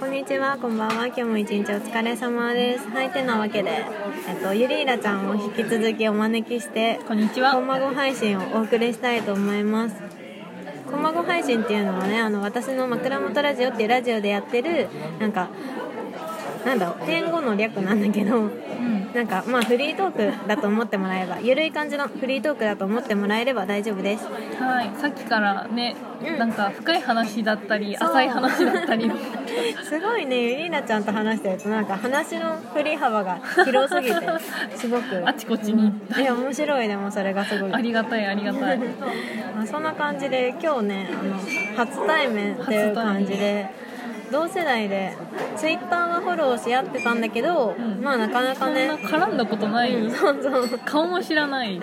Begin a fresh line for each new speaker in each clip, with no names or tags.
こんにちは、こんばんは。今日も一日お疲れ様です。はい、てなわけで、えっと、ゆりいらちゃんを引き続きお招きして、
こんにちは
コマご配信をお送りしたいと思います。コマご配信っていうのはね、あの、私の枕元ラジオっていうラジオでやってる、なんか、なんだろう、天語の略なんだけど、
うん
なんかまあフリートークだと思ってもらえばゆるい感じのフリートークだと思ってもらえれば大丈夫です
はい、さっきからね、
うん
なんか深い話だったり
そう
浅い話だ ったり
すごいねゆりなちゃんと話してるとなんか話の振り幅が広すぎてすごく
あちこちに
いや面白いでもそれがすごい
ありがたいありがたい
まあそんな感じで今日ねあの初対面っていう感じで同世代でツイッターはフォローし合ってたんだけど、
ん
まあなかな
そ
か
ん
ね
な絡んだことない、
うんそうそう
顔も知らない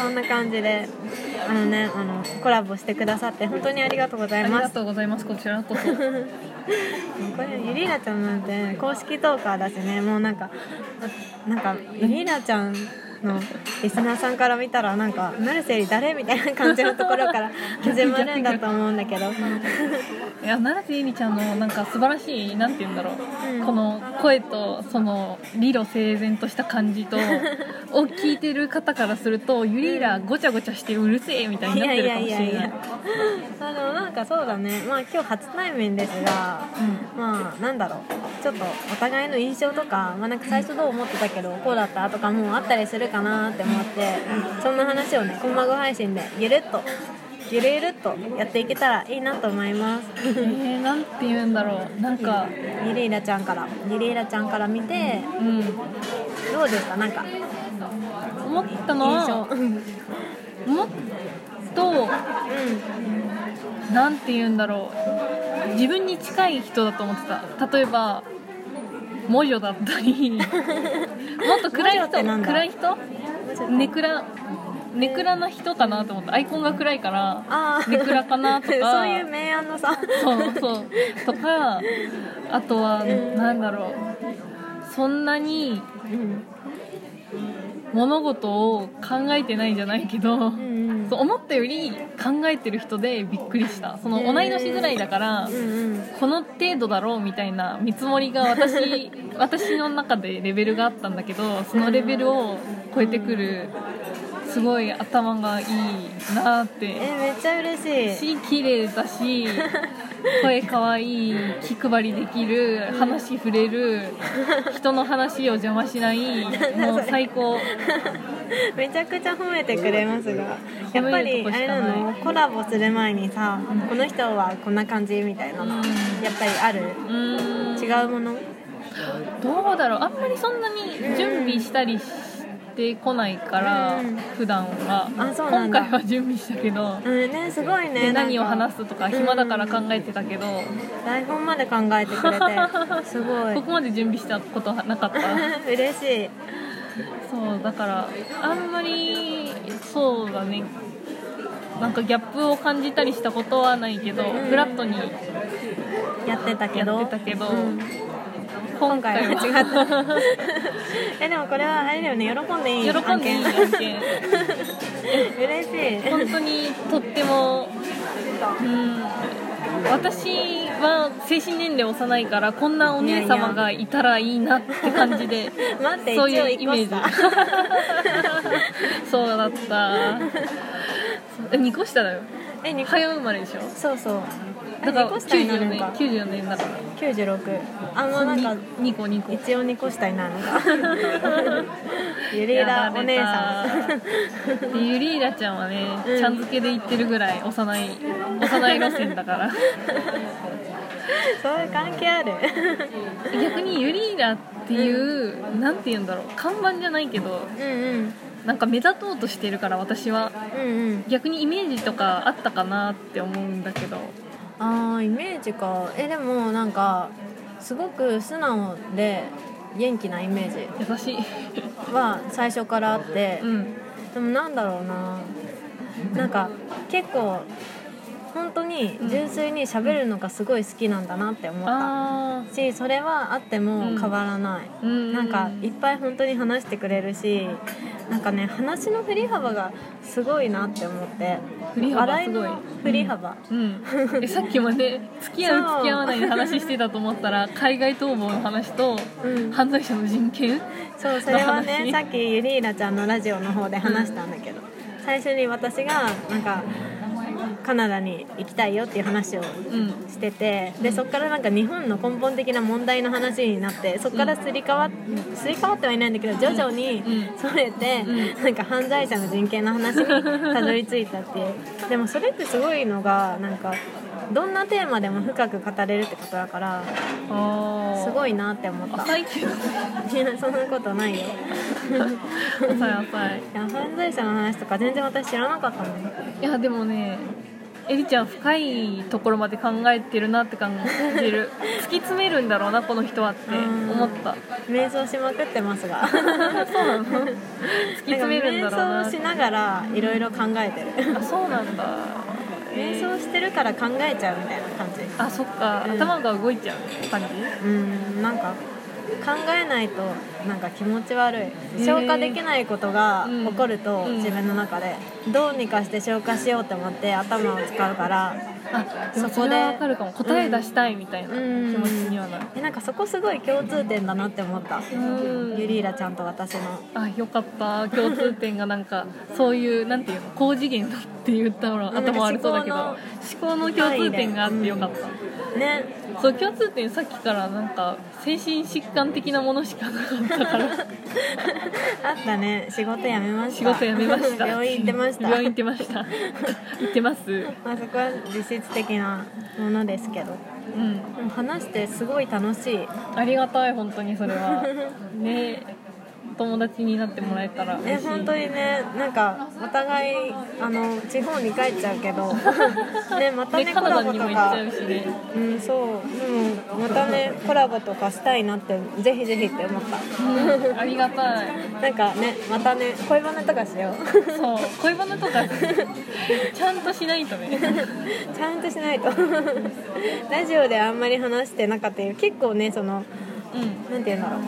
そんな感じであのねあのコラボしてくださって本当にありがとうござ
あ
い
り
ま
が
す
とうございますこちらこそ
これゆりなちゃんなんて公式トーカーだしねもうなんかなんかゆりなちゃんのリスナーさんから見たらなんか「成瀬より誰?」みたいな感じのところ から始まるんだと思うんだけど
いや成瀬えりちゃんのなんか素晴らしいなんて言うんだろう、
うん
この声とその理路整然とした 感じとを聞いてる方からするとユリーラごちゃごちゃしてうるせえみたいに
い
な
や
って
い
るか
や
も
い
し
や
れ
い
ない
や あのなんかそうだねまあ今日初対面ですがまあなんだろうちょっとお互いの印象とか、まあ、なんか最初どう思ってたけどこうだったとかもうあったりするかなって思ってそんな話をねこんまご配信でゆるっとゆるゆるっとやっていけたらいいなと思います
うん、えー、なんて言うんだろうなんか
リレイラちゃんからリレイラちゃんから見て
うん
どうですかなんか
思ったの
印象
は
うんうん
もっとなんて言うんだろう自分に近い人だと思ってた例えばモジョだっ たりもっと暗い
モジョってな
人
んだ
暗い人ネクラネクラな人かなと思ったアイコンが暗いから
ああ
ネクラかなとか
そういう明暗のさ
そうそうとかあとは
うん
なんだろうそんなに
うん
物事を考えてないじゃないけど、
うんうん
そう思ったより考えてる人でびっくりしたその
へー
同い年ぐらいだから
うんうん
この程度だろうみたいな見積もりが 私私の中でレベルがあったんだけどそのレベルを超えてくるすごい頭がいいなっ
え
て
めっちゃ嬉しい
し綺麗だし声かわいい気配りできる話触れる人の話を邪魔しないもう最高。
めちゃくちゃ褒めてくれますがやっぱりあれな
褒めるとこしかな
の
い
コラボする前にさ、
うん
この人はこんな感じみたいなの、
うん
やっぱりある
うーん
違うもの
どうだろうあんまりそんなに準備したりしてこないから、
うん
普段は
あそうなんだ
今回は準備したけど、
うんねすごいね
で何を
なん
話すとか暇だから考えてたけど、
台本まで考えてく れてすごい
ここまで準備したことはなかった
嬉しい
そうだからあんまりそうだねなんかギャップを感じたりしたことはないけど、
ん
フラットに
やってたけど
やってたけど
うん
今
今
回
回
は
は違ったえでもこれはあれだよね喜んでいい
喜んでいい案件
嬉しい
本当にとってもうん私は精神年齢幼いからこんなお姉様がいたらいいなって感じで
待って
そういう
一
イ
応
メ
一個下
ージ そうだったえ2個下だよ
え二個
早生まれでしょ
そうそう
だから94年
か
94年だから
96あもうなんか
2個2個
一応2個下になるのか ゆりらお姉さん
んでユリーラちゃんはね、
うん
ちゃん付けで言ってるぐらい幼い幼い路線だから
そういう関係ある
逆にユリーラっていう、なんて言うんだろう看板じゃないけど
うんうん
なんか目立とうとしてるから私は
うんうん
逆にイメージとかあったかなって思うんだけど
あーイメージかえでもなんかすごく素直で元気なイメージ
優しい
は最初からあって、
うん
でもなんだろうななんか結構本当にに
うん
純粋に喋るのがすごい好きなんだなって思った、
あ
しそれはあっても変わらない、
ーうん
なんかいっぱい本当に話してくれるしなんかね話の振り幅がすごいなって思って
振り幅
笑い
すごい
の振り幅、
うん、えさっきまで付き合
そう
う付き合わないの話してたと思ったら海外逃亡の話と
うん
犯罪者の人権
そうそれはね
の話
さっきゆりーなちゃんのラジオの方で話したんだけど、最初に私がなんかカナダに行きたいよっていう話を
うん
してて、
う
で
ん
そこからなんか日本の根本的な問題の話になってそこからすり替わっすり替わってはいないんだけど徐々に
うん
それて、
う
なんか犯罪者の人権の話にたどり着いたっていうでもそれってすごいのがなんかどんなテーマでも深く語れるってことだから
あー
すごいなって思った
浅いけ ど
いやそんなことないよ
浅い浅い
いや犯罪者の話とか全然私知らなかったもん
いやでもねエリちゃん深いところまで考えてるなって感じる突き詰めるんだろうなこの人はって思 った
瞑想しまくってます がそうなの突
突き詰めるんだろうな
瞑想しながらいろいろ考えてる
あそうなんだ
瞑想してるから考えちゃうみたいな感じ
あそっか、
うん
頭が動いちゃう感じ
うんなんか考えないとなんか気持ち悪い
ー
消化できないことが
うん
起こると、
うん
自分の中でどうにかして消化しようと思って頭を使うから
あで
そ
も
こ
そ
で
れはわかるかも答え出したいみたいな気
うん
持ちにはなる
えなんかそこすごい共通点だなって思った
うん
ユリーラちゃんと私の
あよかった共通点がなんかそういうなんていうの高次元だって言ったら
うん
頭悪そうだけど
思
思考の共通点があってよかった、
ね
そう共通点さっきからなんか精神疾患的なものしかなかったから
あったね仕事辞めました
仕事辞めまし た
病院行ってました
病院行ってました 行ってます
まあそこは実質的なものですけど
うん
でも話してすごい楽しい
ありがたい本当にそれはね友達になってもらえたら
え
嬉しい
本当にねなんかお互いあの地方に帰っちゃうけ どねまた
で
ねコ
カ
ラ
ナダ
ボ
に
と
も行っちゃ
か
うしね
うんそうでもまたねコラボとかしたいなってぜひぜひって思った
うんありがたい
なんかねまたね恋バナとかしよう
そう恋バ ナとかちゃんとしないとね
ちゃんとしないと ラジオであんまり話してなかったけど結構ねその
うん
なんて言うんだろう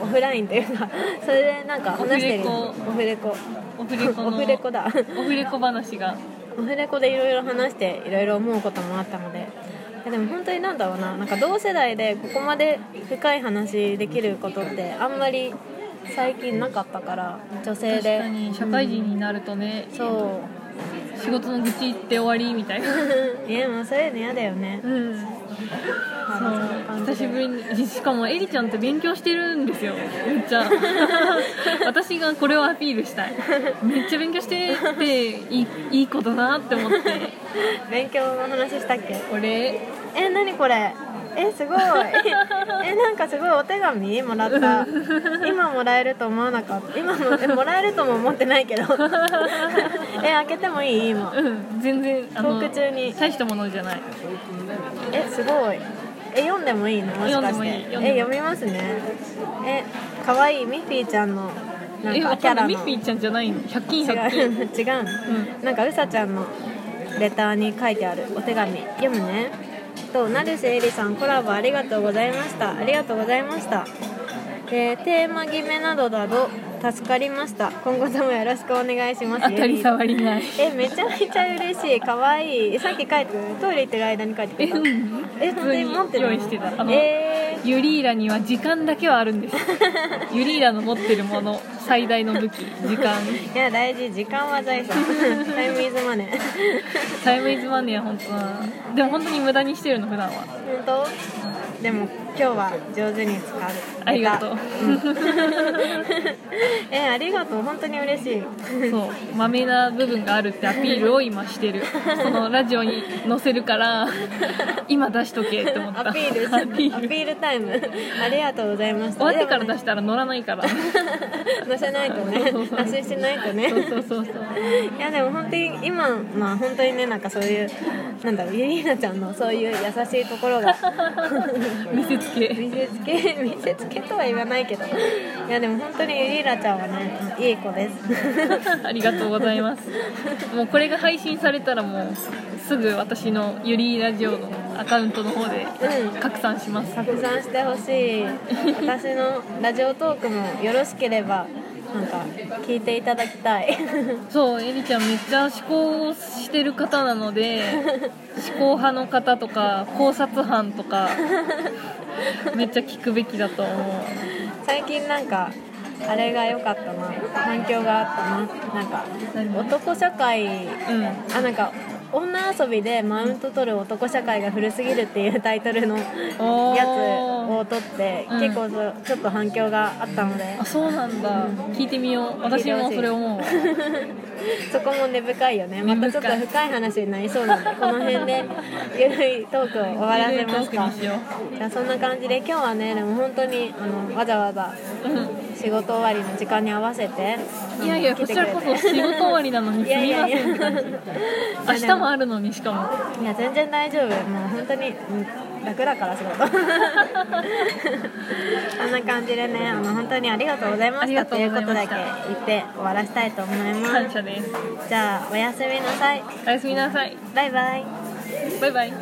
オフラインというかそれでなんか話してる
オ
オフレコ
オフレコの
オフレコだ
オフレコ話が
オフレコでいろいろ話していろいろ思うこともあったのででも本当になんだろうななんか同世代でここまで深い話できることってあんまり最近なかったから女性
確
で
かに社会人になるとね
うん、そ
仕事の愚痴言って終わりみたいな
う いやもうそういうの嫌だよね
うんそう久しぶりにしかもエリちゃんって勉強してるんですよめっ ちゃ私がこれをアピールしたいめっちゃ勉強してっていいいい子だなって思って
勉強の話したっけ
俺
え何これえすごいえなんかすごいお手紙もらった今もらえると思わなかった今もえもらえるとも思ってないけど え開けてもいい今
うん全然あの
トーク中に
大したものじゃない
えすごいえ読んでもいいのもしか
読んで
し
も
て
いい読んでも
え読
いい
みますねえ可愛いミッフィーちゃんのなん
え
か
わ
キ
か
ャ
んな
ラ
い
の
ミッフィーちゃんじゃないの100均100
違
均
う違う、なんかうさちゃんのレターに書いてあるお手紙読むねと成瀬えりさんコラボありがとうございましたありがとうございましたでテーマ決めなどなど助かりました今後ともよろしくお願いします
当たり障りない
えめちゃめちゃ嬉しい可愛いさっき書いてくれたトイレ行ってる間に書いてく
え
れた
うん
え本当に持ってるの
用意してたあの
え
ユリーラには時間だけはある んですユリーラの持ってるもの最大の武器時間
ー、いや大事時間は 財産タイムイズマネー
タイムイズマネーは本当なでも本当に無駄にしてるの普段は
本当でも今日は上手に使う
ありがとう
えありがとう本当に嬉しい
そうまめな部分があるってアピールを今して るそのラジオに載せるから今出しとけって思った
アピール
アピー
ア
ル
ピールタイムありがとうございました
終わってから
でも
出したら乗らないからそ
ね載せないとね
そうそう
達成しないとね
うそうそうそう
いやでも本当に今まあ本当にねなんかそういうなんだろうゆりーなちゃんのそういう優しいところがなん
見せつけ
見せつけ見せつけとは言わないけどいやでも本当にリーラちゃんはねいい子です
ありがとうございますもうこれが配信されたらもうすぐ私のゆりラジオのアカウントの方で
うん
拡散します、
拡散してほしい私のラジオトークもよろしければなんか聞いていただきたい
そうエリちゃんめっちゃ思考をしてる方なので 思考派の方とか考察班とかめっちゃ聞くべきだと思う
最近なんかあれが良かったな反響があったななんか
何
男社会
うん
あなんか女遊びでマウント取る男社会が古すぎるっていうタイトルのや
おー
つを取って
うん
結構そうちょっと反響があったので
あそうなんだ聞いてみよう
聞い
私
てほ
も
しい
それ思うわ
そこも根深いよね
根
ま
深
たち
い
ょっと深い話になりそうなのでこの辺でゆるいトークを終わらせま
ゆるいトークに
し
しよ
たじゃあそんな感じで今日はねでも本当にあのわざわざ
う、うん
仕事終わりの時間に合わせてあの
いやいや、こ
来て
ち
く
ら
れ
こ
て
そ仕事終わりなのにすみませんって感じ。明日もあるのにしかも。
いや全然大丈夫もう本当にうん楽だから仕事 そんな感じでねあの本当にありがとうございま
あり
し
が
た
と
と
う
いう
ござ
こと
いま
だ
し
け
た
言って終わらせたいと思いま
感
す
謝です。
じゃあおやすみなさい
おやすみなさい。
バイバイ
バイバイ。